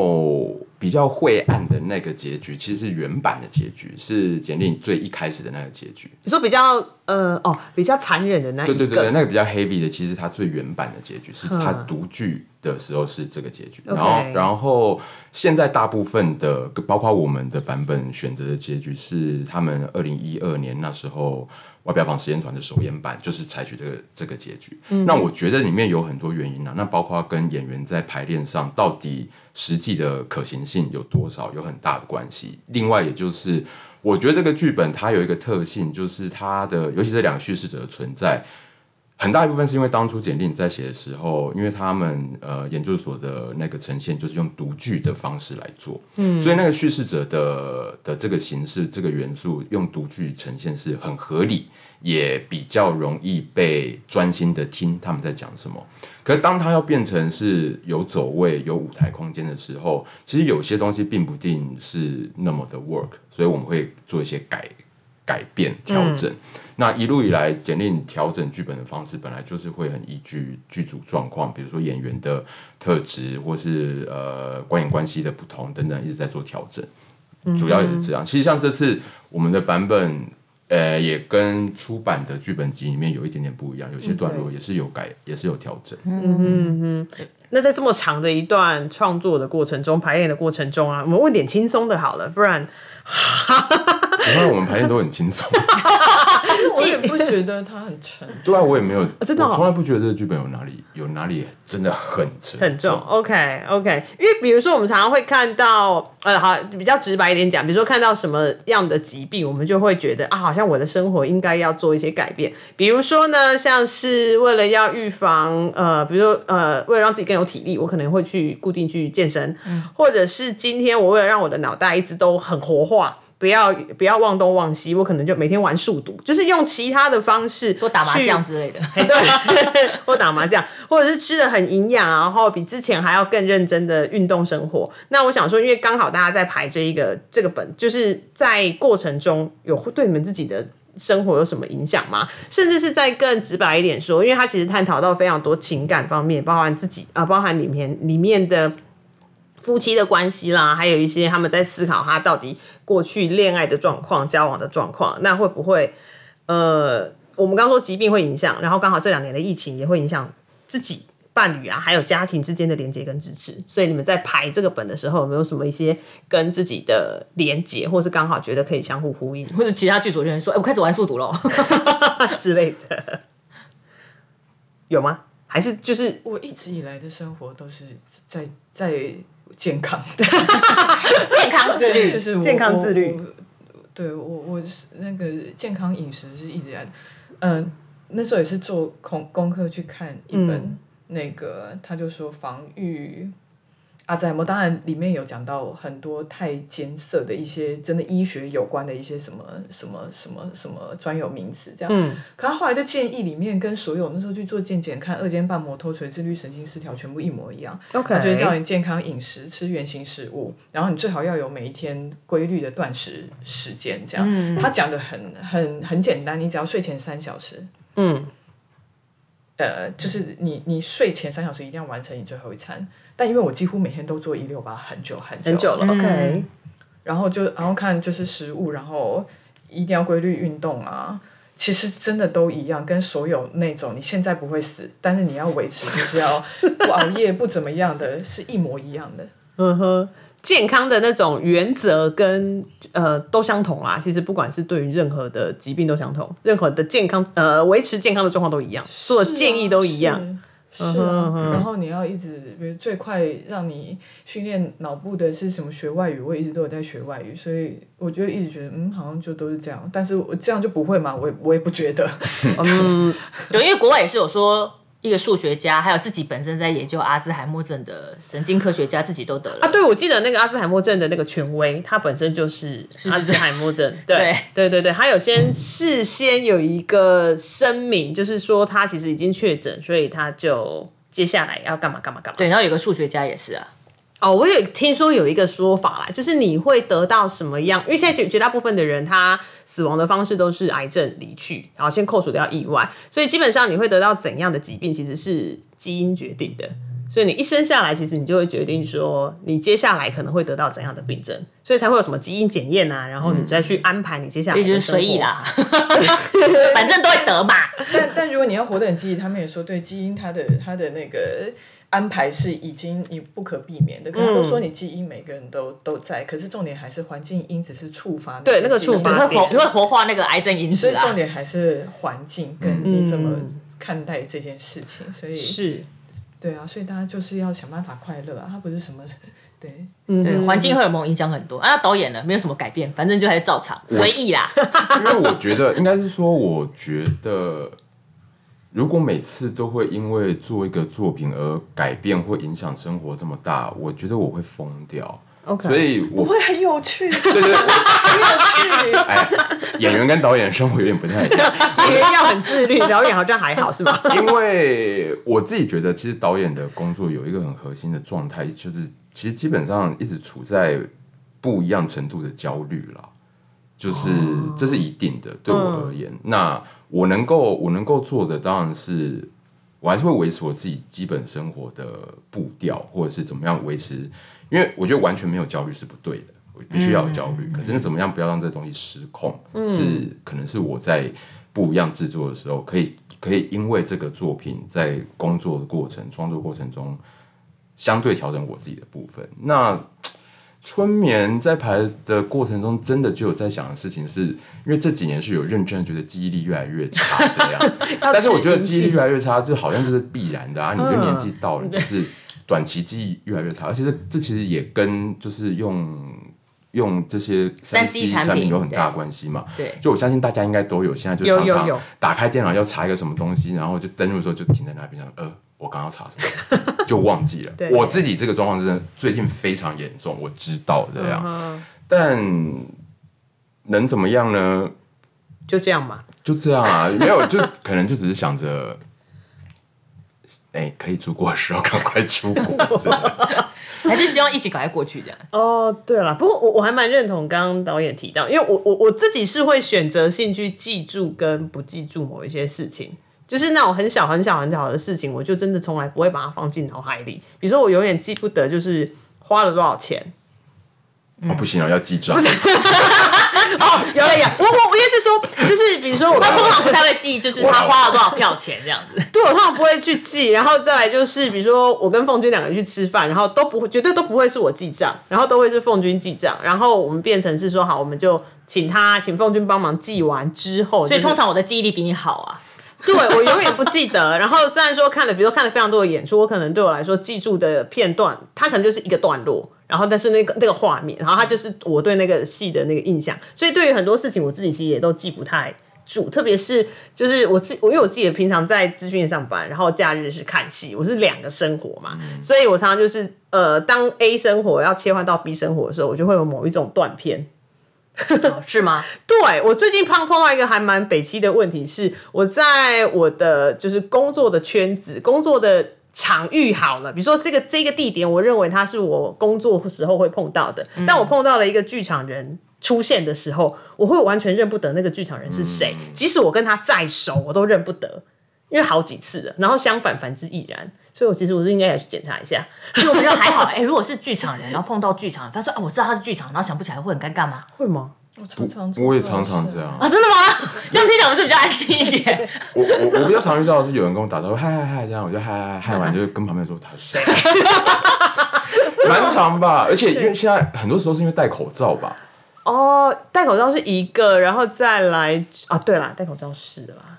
比较晦暗的那个结局，其实是原版的结局是简历最一开始的那个结局。
你说比较呃哦，比较残忍的那一个。嗯
对对对对，那个比较 heavy 的，其实它最原版的结局是它独剧的时候是这个结局，然后
OK
然后现在大部分的，包括我们的版本选择的结局是他们二零一二年那时候外表坊实验团的首演版，就是采取这个这个结局。
嗯
那我觉得里面有很多原因啊，那包括跟演员在排练上到底实际的可行性有多少有很大的关系，另外也就是。我觉得这个剧本它有一个特性，就是它的，尤其这两个叙事者的存在，很大一部分是因为当初简历在写的时候，因为他们呃研究所的那个呈现就是用独剧的方式来做，嗯，所以那个叙事者的的这个形式、这个元素用独剧呈现是很合理，也比较容易被专心的听他们在讲什么。可是当它要变成是有走位、有舞台空间的时候，其实有些东西并不定是那么的 work，所以我们会做一些改改变、调整。那一路以来，简历调整剧本的方式，本来就是会很依据剧组状况，比如说演员的特质，或是呃观演关系的不同等等，一直在做调整。
嗯
主要也是这样。其实像这次我们的版本，呃，也跟出版的剧本集里面有一点点不一样，有些段
嗯
落也是有改，也是有调整。
那在这么长的一段创作的过程中、排练的过程中啊，我们问点轻松的好了，不然
因为我们排练都很轻松，
但是我也不觉得他很沉。
对啊，我也没有，
真的哦
我从来不觉得这个剧本有哪里有哪里真的很沉
很重。OK OK，因为比如说我们常常会看到，呃，好比较直白一点讲，比如说看到什么样的疾病，我们就会觉得啊，好像我的生活应该要做一些改变。比如说呢，像是为了要预防，呃，比如说呃，为了让自己更有体力，我可能会去固定去健身，
嗯
或者是今天我为了让我的脑袋一直都很活化。不要不要忘东忘西，我可能就每天玩数独，就是用其他的方式
多打麻
去
将之类的。
对，或打麻将，或者是吃的很营养啊，然后比之前还要更认真的运动生活。那我想说，因为刚好大家在排这一个这个本，就是在过程中有会对你们自己的。生活有什么影响吗？甚至是再更直白一点说，因为它其实探讨到非常多情感方面，包含自己啊、呃包含里面里面的夫妻的关系啦，还有一些他们在思考他到底过去恋爱的状况、交往的状况，那会不会呃，我们刚刚说疾病会影响，然后刚好这两年的疫情也会影响自己伴侣啊，还有家庭之间的连接跟支持。所以你们在排这个本的时候，有没有什么一些跟自己的连接，或是刚好觉得可以相互呼应
或者 其他剧组人员说，哎、我开始玩速读了。
之类的？有吗？还是就是
我一直以来的生活都是在在健 康，
健康自律
就。是我
健康自律
我我对我我是那个健康饮食是一直来，嗯、那时候也是做功功课去看一本、
嗯
那个，他就说防御阿兹海默，当然里面有讲到很多太艰涩的一些真的医学有关的一些什么什么什么什么专有名词这样。
嗯
可他后来的建议里面跟所有那时候去做健检看二尖瓣膜脱垂、自律神经失调全部一模一样。
，OK，
它就是叫你健康饮食，吃原形食物，然后你最好要有每一天规律的断食时间，这样。
嗯
他讲的很很很简单，你只要睡前三小时，
嗯，
呃，就是你你睡前三小时一定要完成你最后一餐。但因为我几乎每天都做一六八很久很久
很久了、o k
然后就然后看就是食物，然后一定要规律运动啊。其实真的都一样，跟所有那种你现在不会死，但是你要维持就是要 不熬夜不怎么样的，是一模一样的。
嗯哼，健康的那种原则跟呃都相同啦。其实不管是对于任何的疾病都相同，任何的健康呃维持健康的状况都一样，所有建议都一样。
啊
嗯
是啊。是啊，然后你要一直，比如最快让你训练脑部的是什么？学外语，我一直都有在学外语，所以我就一直觉得，嗯，好像就都是这样。但是我这样就不会嘛，我也我也不觉 得。
对，因为国外也是有说，一个数学家，还有自己本身在研究阿兹海默症的神经科学家，自己都得
啊，
了。
对，我记得那个阿兹海默症的那个权威，他本身就是阿兹海默 症，对对对对，他有先事先有一个声明，就是说他其实已经确诊，所以他就接下来要干嘛干嘛干嘛。
对，然后有个数学家也是啊，
哦，我也听说有一个说法啦，就是你会得到什么样？因为现在绝绝大部分的人他死亡的方式都是癌症离去，然后先扣除掉意外，所以基本上你会得到怎样的疾病，其实是基因决定的。所以你一生下来，其实你就会决定说，你接下来可能会得到怎样的病症，所以才会有什么基因检验啊，然后你再去安排你接下来
也
的
就是
生活
随意。啦，反正都会得嘛。
但但如果你要活得很积极，他们也说对基因它的它的那
嗯
个安排是已经你不可避免的。可他都说你基因每个人都都在，可是重点还是环境因子是触发
对那个
基因的
触
你
发
会
对
活，你会活化那个癌症因
所
子
以重
啊。
点还是环境跟你怎么看待这件事情。所以
是，
对啊，所以大家就是要想办法快乐啊，它不是什么 对。
对，环境荷尔蒙影响很多啊。导演呢，没有什么改变，反正就还是照常，随意啦。
因为我觉得应该是说，我觉得如果每次都会因为做一个作品而改变或影响生活这么大，我觉得我会疯掉。
OK
所以我
会 很有趣，
对对对，
很有趣。
哎，演员跟导演生活有点不太一样。
演员要很自律，导演好像还好是吗？
因为我自己觉得，其实导演的工作有一个很核心的状态，就是其实基本上一直处在不一样程度的焦虑啦，就是、这是一定的，对我而言。那我能够我能够做的，当然是我还是会维持我自己基本生活的步调，或者是怎么样维持，因为我觉得完全没有焦虑是不对的。我必须要有焦虑，可是那怎么样不要让这东西失控？是可能是我在不一样制作的时候，可以可以因为这个作品在工作的过程、创作过程中，相对调整我自己的部分。那春眠在排的过程中，真的就有在想的事情是，因为这几年是有认真的觉得记忆力越来越差这 样，但是我觉得记忆力越来越差，就好像就是必然的啊，你就年纪到了，就是短期记忆越来越差，而且这这其实也跟就是用。用这些三
3C
C
产
产品
品
有很大
对
关系嘛？
对，
就我相信大家应该都有，现在就
有
常
有
常
有
打开电脑要查一个什么东西，然后就登录的时候就停在那边，想呃，我刚刚查 什么，就忘记了
对。
我自己这个状况真的最近非常严重，我知道这样，
嗯
但能怎么样呢？
就这样嘛。
就这样啊， 没有，就可能就只是想着，哎、可以出国的时候赶快出国，真的
还是希望一起赶快过去这样。
哦，对了，不过我我还蛮认同刚刚导演提到，因为我我我自己是会选择性去记住跟不记住某一些事情，就是那种很小很小很小的事情，我就真的从来不会把它放进脑海里。比如说，我永远记不得就是花了多少钱，
哦，不行了，要记账。
哦，有了有，我我我意思是说，就是比如说我刚刚
他通常不太会记，就是他花了多少票钱这样子。
对我通常不会去记，然后再来就是，比如说我跟凤君两个人去吃饭，然后都不会，绝对都不会是我记账，然后都会是凤君记账，然后我们变成是说好，我们就请他请凤君帮忙记完之后，
所
就是
以通常我的记忆力比你好啊。
对我永远不记得。然后虽然说看了，比如说看了非常多的演出，我可能对我来说记住的片段，它可能就是一个段落。然后，但是那个那个画面，然后它就是我对那个戏的那个印象。所以对于很多事情，我自己其实也都记不太住。特别是就是我自我因为我自己平常在资讯业上班，然后假日是看戏，我是两个生活嘛，所以我常常就是呃，当 A 生活要切换到 B 生活的时候，我就会有某一种断片。
哦是吗？
对我最近碰碰到一个还蛮北七的问题是，我在我的就是工作的圈子、工作的场域好了，比如说这个这个地点，我认为它是我工作时候会碰到的，但我碰到了一个剧场人。出现的时候，我会完全认不得那个剧场人是谁，即使我跟他再熟，我都认不得，因为好几次了。然后相反，反之亦然。所以我其实我是应该也去检查一下。
就我觉得还好。哎、如果是剧场人，然后碰到剧场人，他说啊，我知道他是剧场，然后想不起来会很尴尬吗？
会吗？
我常常
我也常常这，样，
啊，真的吗？这样听起来我是比较安心一点。
我我我比较常遇到的是有人跟我打招呼，嗨嗨嗨这样，我就嗨嗨嗨完就跟旁边说他是谁，蛮长吧，而且因为现在很多时候是因为戴口罩吧，
哦，戴口罩是一个，然后再来啊，对啦，戴口罩是的啦。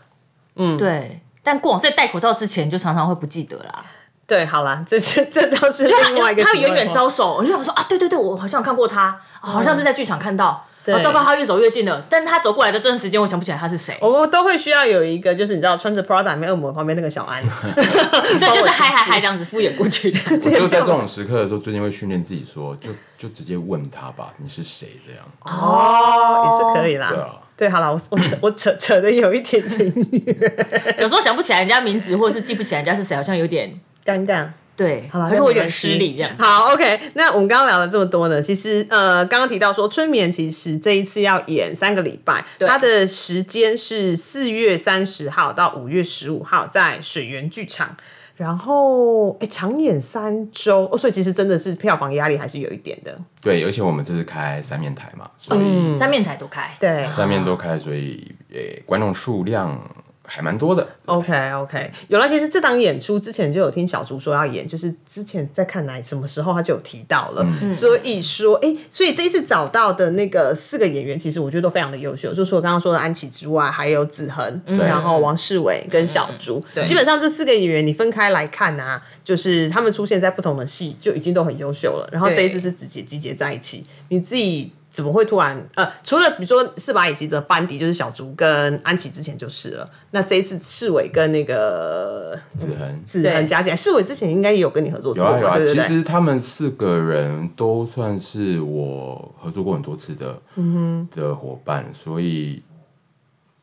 对，但过往在戴口罩之前，就常常会不记得啦。
对，好啦，这是这倒是
就他
另外一个
他
题外
远远
话
招手，我就想说啊，对对对，我好像有看过他，
嗯
啊好像是在剧场看到。然后糟糕，他越走越近了，但他走过来的这段时间，我想不起来他是谁，
我都会需要有一个，就是你知道穿着 Prada 里面恶魔旁边那个小 安，
所以就是嗨嗨嗨这样子敷衍过 去的。
我就在这种时刻的时候，最近会训练自己说，就就直接问他吧，你是谁这样，
哦，也是可以啦。
对啊
对，好了，我我扯我扯扯的有一点点
有时候想不起来人家名字，或者是记不起来人家是谁，好像有点
尴尬。
对，
好啦
还是
那
我
啊没
有点
关系
失礼这样。
好，OK，那我们刚刚聊了这么多呢，其实呃，刚刚提到说春眠其实这一次要演三个礼拜，
对
它的时间是四月三十号到五月十五号在水源剧场。然后，哎，长演三周哦，所以其实真的是票房压力还是有一点的。
对，而且我们这次开三面台嘛，所以
三面台都开，
嗯对，
三面都开，所以呃观众数量还蛮多的，
OK OK，有了。其实这档演出之前就有听小竹说要演，就是之前在看哪什么时候他就有提到了，所以说，哎、所以这一次找到的那个四个演员，其实我觉得都非常的优秀，就除了刚刚说的安琪之外，还有子恒，然后王世伟跟小竹，基本上这四个演员你分开来看啊，就是他们出现在不同的戏就已经都很优秀了，然后这一次是直接集结在一起，你自己。怎么会突然呃？除了比如说四把椅子的班底就是小竹跟安琪之前就是了，那这一次世伟跟那个
子恒。
子恒加起来，世伟之前应该也有跟你合作
有
过吧？
啊有啊，
对不
其
对？
实他们四个人都算是我合作过很多次的、
嗯
的伙伴，所以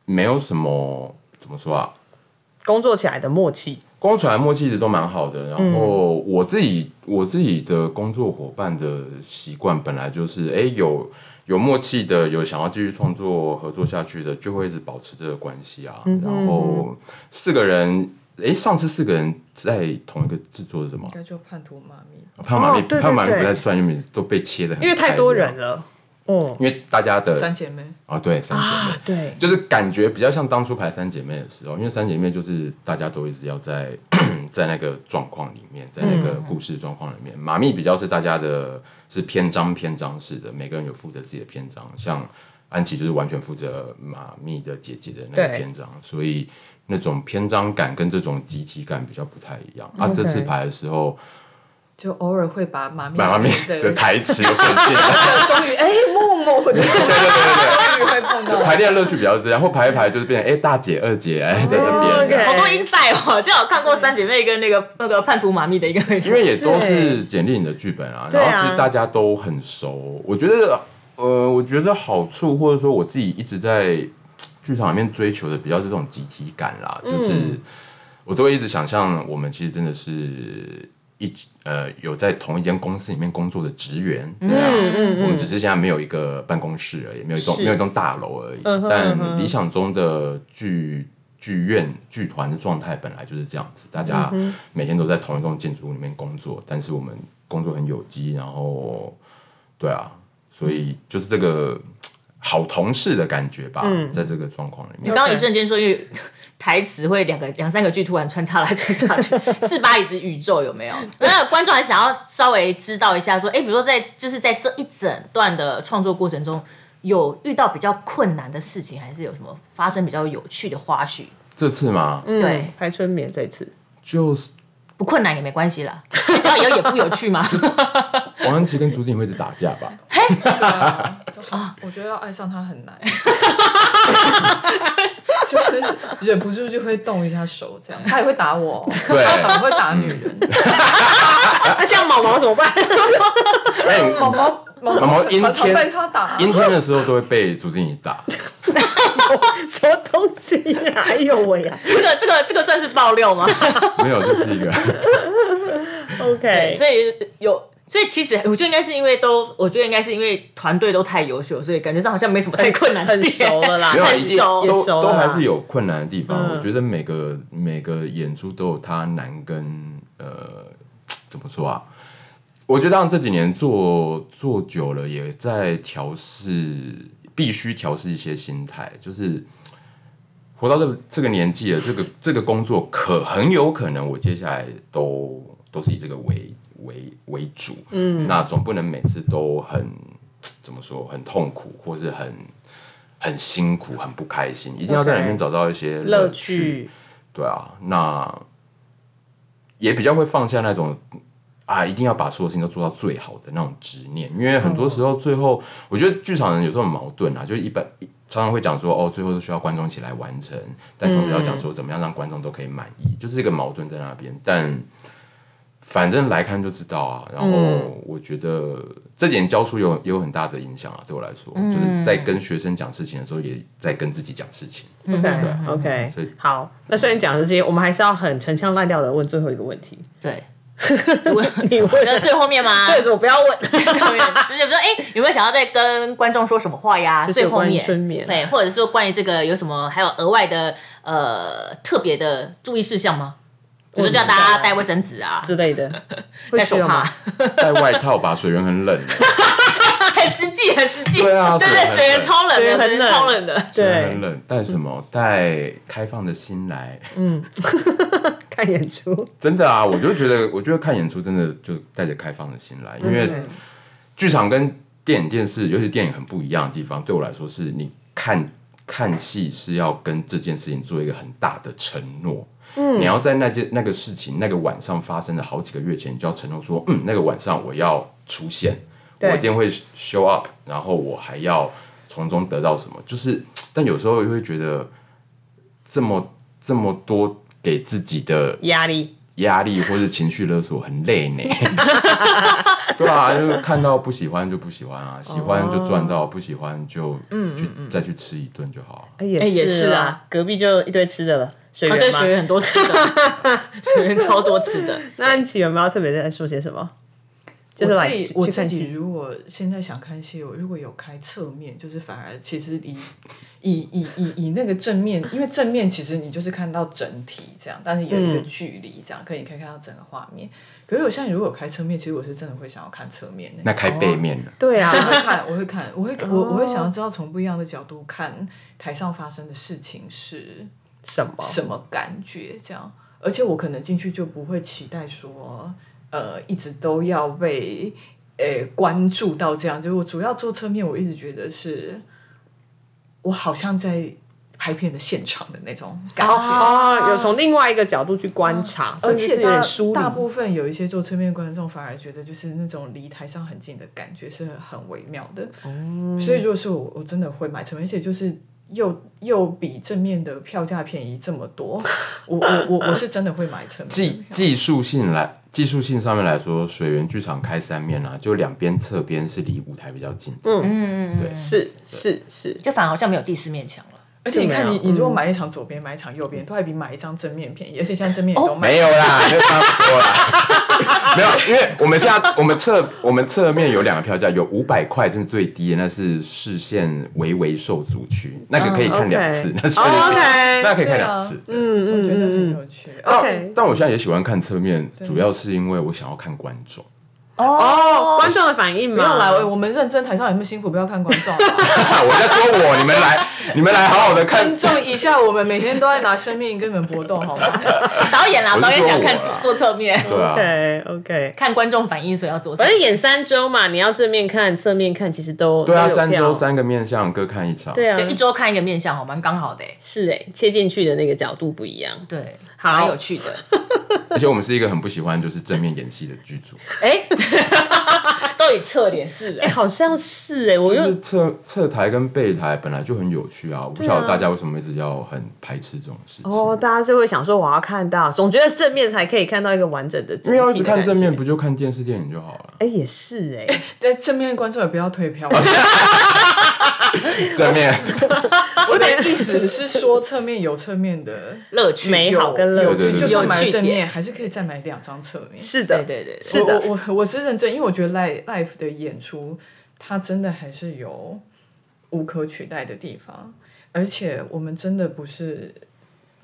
没有什么怎么说啊，
工作起来的默契，
工作来默契一直都蛮好的。然后
嗯
我自己、我自己的工作伙伴的习惯本来就是，哎、有有默契的，有想要继续创作合作下去的，就会一直保持这个关系啊。
嗯
然后四个人，哎、上次四个人在同一个制作是什么
应？该就叛徒妈咪。
胖马
哦
丽，
对对
胖马丽
对
不再算，因为都被切的，
因为太多人，了。哦，
因为大家的
三姐妹，
啊，对三姐妹，
对，
就是感觉比较像当初排三姐妹的时候，因为三姐妹就是大家都一直要在 在那个状况里面，在那个故事状况里
嗯
面，妈咪比较是大家的是篇章篇章式的，每个人有负责自己的篇章，像安琪就是完全负责妈咪的姐姐的那个
对
篇章，所以那种篇章感跟这种集体感比较不太一样。啊，这次
OK
排的时候，
就偶尔会把妈咪
妈咪的
的
台词混进来。
终于哎，默默我就
对对对
终于会碰
对，
到。
排练乐趣比较是这样，或排一排就是变成哎、大姐二姐哎在
哦
这
，OK
边，
好多 inside 哦，就有看过三姐妹跟那个那个叛徒妈咪的一个，
因为也都是简历你的剧本啊，
对
然
啊
后其实大家都很熟，我觉得呃，我觉得好处或者说我自己一直在剧场里面追求的比较是这种集体感啦，就是、
嗯
我都会一直想象我们其实真的是。一起呃，有在同一间公司里面工作的职员，这样，我们只是现在没有一个办公室而已，没有一栋
是
没有一栋大楼而已。但理想中的剧剧院剧团的状态本来就是这样子，大家每天都在同一栋建筑物里面工作，但是我们工作很有机，然后对啊，所以就是这个好同事的感觉吧，在这个状况里面
你。刚刚一瞬间说，因为 台词会两个两三个句突然穿插来穿插 去，四把椅子宇宙有没有？那观众还想要稍微知道一下，说，哎，比如说在就是在这一整段的创作过程中，有遇到比较困难的事情，还是有什么发生比较有趣的花絮？
这次嘛，
对，
拍春眠这一次，
就是
不困难也没关系啦，因为导演也不有趣嘛。
王安琪跟朱定会一直打架吧？
啊，我觉得要爱上他很难， 就是忍不住就会动一下手，这样他也会打我，
对，嗯
他很会打女人，
那啊这样毛毛怎么办？
哎，你
毛毛毛
毛毛阴
常常被
天
他打，
阴天的时候都会被朱定打，
什么东西啊？哎呦喂呀
这个这个这个算是爆料吗？
没有，这是一个
对，
！OK，
所以有。所以其实我觉得应该是因为都，我觉得应该是因为团队都太优秀，所以感觉上好像没什么太困难的
很
点。
熟了啦，
没有啊
很
一定
熟
也
都
熟了嗯啦
都还是有困难的地方。我觉得每个每个演出都有它难跟呃怎么说啊？我觉得让这几年做做久了，也在调试，必须调试一些心态，就是。活到这个这个年纪了，这个这个工作可很有可能，我接下来都都是以这个为为为主，嗯，那总不能每次都很怎么说，很痛苦，或是很很辛苦、很不开心，一定要在里面
OK
找到一些
乐
趣，
趣，
对啊，那也比较会放下那种啊，一定要把所有事情都做到最好的那种执念，因为很多时候最后，我觉得剧场人有时候很矛盾啊，就是一般常常会讲说哦，最后都需要观众一起来完成，但同时要讲说怎么样让观众都可以满意，就是一个矛盾在那边，但。反正来看就知道啊，然后我觉得这点教书有也有很大的影响啊，对我来说，就是在跟学生讲事情的时候，也在跟自己讲事情。
对
对
，OK，
所以
好。那虽然讲了这些，我们还是要很陈腔滥调的问最后一个问题。
对，我
你问
那
的，
最后面吗？
对，我不要问。
就是比如说，哎、有没有想要再跟观众说什么话呀？
就是
最
有
后
关于
面
春眠啊
对，或者说关于这个有什么还有额外的呃特别的注意事项吗？比如说叫大家带卫生纸啊，
之类的，会
带
需
手
要
帕
吗？，
带外套吧，水源很冷。
很实际，很实际。
对啊
对
水
对，
很
水源
冷
超冷
水
的，
源很
水源
冷
超冷的。
水源
对
很，冷，带什么？带开放的心来。
看演出，
真的啊，我就觉得，我 觉得看演出真的就带着开放的心来，因为
嗯对
剧场跟电影、电视，尤其电影很不一样的地方，对我来说是你看看戏是要跟这件事情做一个很大的承诺。嗯，你要在那件那个事情那个晚上发生的好几个月前，你就要承诺说，嗯，那个晚上我要出现，
对
我一定会 show up，然后我还要从中得到什么。就是，但有时候又会觉得这么这么多给自己的
压力，
压力或是情绪勒索很累 呢。对啊，就是看到不喜欢就不喜欢
哦
啊，喜欢就赚到，不喜欢就去再去吃一顿就好了。
嗯哎也
哎也
是
是
啊
啊，
隔壁就一堆吃的了，水
啊，对，
源
水
嘛。
源很多吃的， 水源超多吃的。
那安琪有没有特别在说些什么？就是
我
来
自己
去
我
去
自
看
己
戏，
如果现在想看戏，我如果有开侧面，就是反而其实以 以以以以那个正面，因为正面其实你就是看到整体这样，但是有一个距离这样，可以你可以看到整个画面。可是我现在如果有开侧面，其实我是真的会想要看侧面的、
那开背面的，
对啊哦
我，会看，我会看，我会我我会想要知道从不一样的角度看台上发生的事情是
什么？
什么感觉这样。而且我可能进去就不会期待说，呃，一直都要被呃关注到这样。就是我主要做侧面，我一直觉得是，我好像在拍片的现场的那种感觉。
哦，有从另外一个角度去观察，
而
甚至
且
是有
大
点疏离
大。部分有一些做侧面观众反而觉得就是那种离台上很近的感觉是很微妙的，
哦
所以如果是我，我真的会买侧面，而且就是又又比正面的票价便宜这么 多，我我我我是真的会买侧面。
技技术性来技术性上面来说，水源剧场开三面啊，就两边侧边是离舞台比较近的。
是是是，
就反而好像没有第四面墙了。
而且你看
这嗯
你
没有
你如果买一场左边，买一场右边，都还比买一张正面便宜，而且现在正
哦
面也都卖。
没有啦，没有差不多啦。 没有，因为我们现在我们侧我们侧面有两个票价，有五百块，这是最低的，那是视线微微受阻区，那个可以看两次，
嗯
那是可以看
OK
那可以看两次。嗯，
我觉得很有趣。啊
OK
但我现在也喜欢看侧面，主要是因为我想要看观众。
哦，观众的反应
不
嘛，
要来，我们认真台上有没有辛苦，不要看观众 啊，
我在说我，你们来，你们来好好的看
尊重一下，我们每天都在拿生命跟你们搏斗，好吗？
导演啦，
我
导
是
演
说
想看
我啦
坐侧面，
对啊，
OK OK，
看观众反应，所以要坐侧
反
面。
正演三周嘛，你要正面看、侧面看，其实都
对啊，
都有
三
票
周三个面向各看一场，
对啊
对，一周看一个面相，好蛮刚好的欸。
是哎，切进去的那个角度不一样。
对，
好
蛮有趣的。
而且我们是一个很不喜欢就是正面演戏的剧组，
哎，都以侧脸是啊
哎、
人，
好像是哎、我
就
又
是侧侧台跟背台本来就很有趣啊，我不晓得大家为什么一直要很排斥这种事情。
哦，大家就会想说我要看到，总觉得正面才可以看到一个完整的
因
整体的
为要
感
一
觉。
直看正面，不就看电视电影就好了？
哎、也是哎、
但正面观众也不要退票。
正面，
我的意思是说，侧面有侧面的
乐趣
美
有
好跟乐
有趣，
对对
就
对
算买了正
有趣
面，还是可以再买两张侧面。
是的，
对对对，对
是的
我我我我是认真，因为我觉得 live live 的演出，它真的还是有无可取代的地方，而且我们真的不是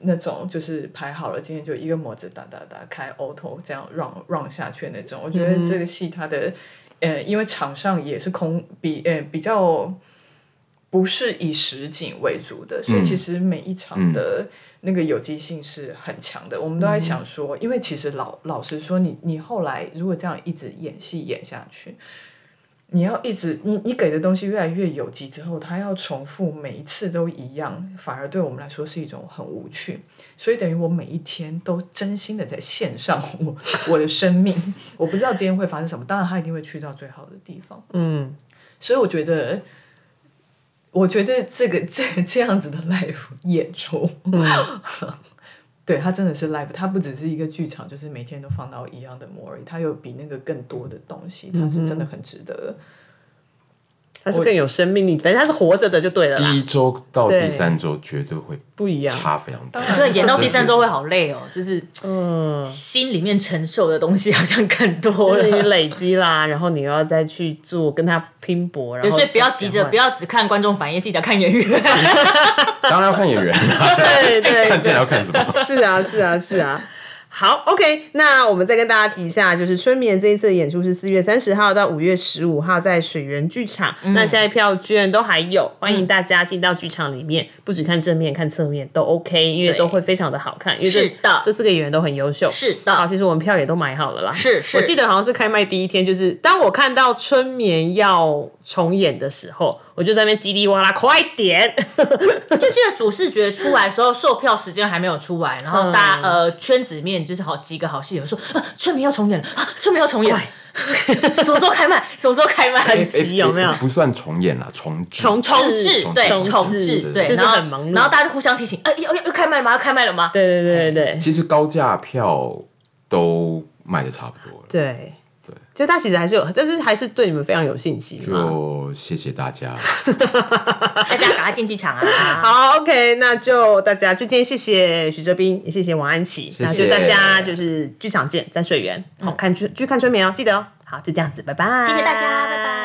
那种就是排好了今天就一个模子打打打开 auto 这样 run run 下去的那种。我觉
嗯
得这个戏它的、呃，因为场上也是空比呃比较。不是以实景为主的，
嗯
所以其实每一场的那个有机性是很强的。我们都在想说，因为其实老老实说你，你后来如果这样一直演戏演下去，你要一直你你给的东西越来越有机之后，它要重复每一次都一样，反而对我们来说是一种很无趣。所以等于我每一天都真心的在献上我我的生命。我不知道今天会发生什么，当然他一定会去到最好的地方。
嗯，
所以我觉得，我觉得这个 这这样子的 live 演出， 对它真的是 live，它不只是一个剧场，就是每天都放到一样的模而已，它有比那个更多的东西，它是真的很值得。
它是更有生命力，反正它是活着的就对了
第
啦，
一周到
对
第三周绝对会
不一样。
哦差非常多。
真的演到第三周会好累哦，就是嗯心里面承受的东西好像更多
就是你
了。
累积啦，然后你又要再去做跟他拼搏，然
对，
后
所以不要急着，不
要
要只看观众反应，记得看演员。
当然要看演员啊，
对对
看
对，
见要看什么？
是啊是啊是啊。好，OK，那我们再跟大家提一下，就是春眠这一次的演出是四月三十号到五月十五号在水源剧场，
嗯
那现在票券都还有，欢迎大家进到剧场里
嗯
面，不只看正面，看侧面都 OK，因为
对
都会非常的好看，因为这
是的
这四个演员都很优秀，
是
好，
的，
其实我们票也都买好了啦。
是是
我记得好像是开卖第一天，就是当我看到春眠要重演的时候，我就在那边叽里哇啦，快点！
就记得主视觉出来的时候，售票时间还没有出来，然后
嗯
大家、呃圈子里面就是好几个好戏友说，啊，春明要重演了，啊，春明要重演了， 什么时候开卖？什么时候开卖？
急有没有
诶诶哎不算重演啦，重置
哎重
重置对
重
重
置
置对，
就是
然后
很忙碌
然后大家就互相提醒，哎、又又又开卖了吗？要开卖了吗？
对对对对对
其实高价票都卖的差不多了，
对对，就他其实还是有，但是还是对你们非常有信心嘛。
就谢谢 大家。
大家赶快进剧场啊！
好，OK，那就大家就今天谢谢许哲斌，也谢谢王安琪，
谢谢
那就大家就是剧场见，在水源，好看剧剧看春眠哦，记得哦。好，就这样子，拜拜，
谢谢大家，拜拜。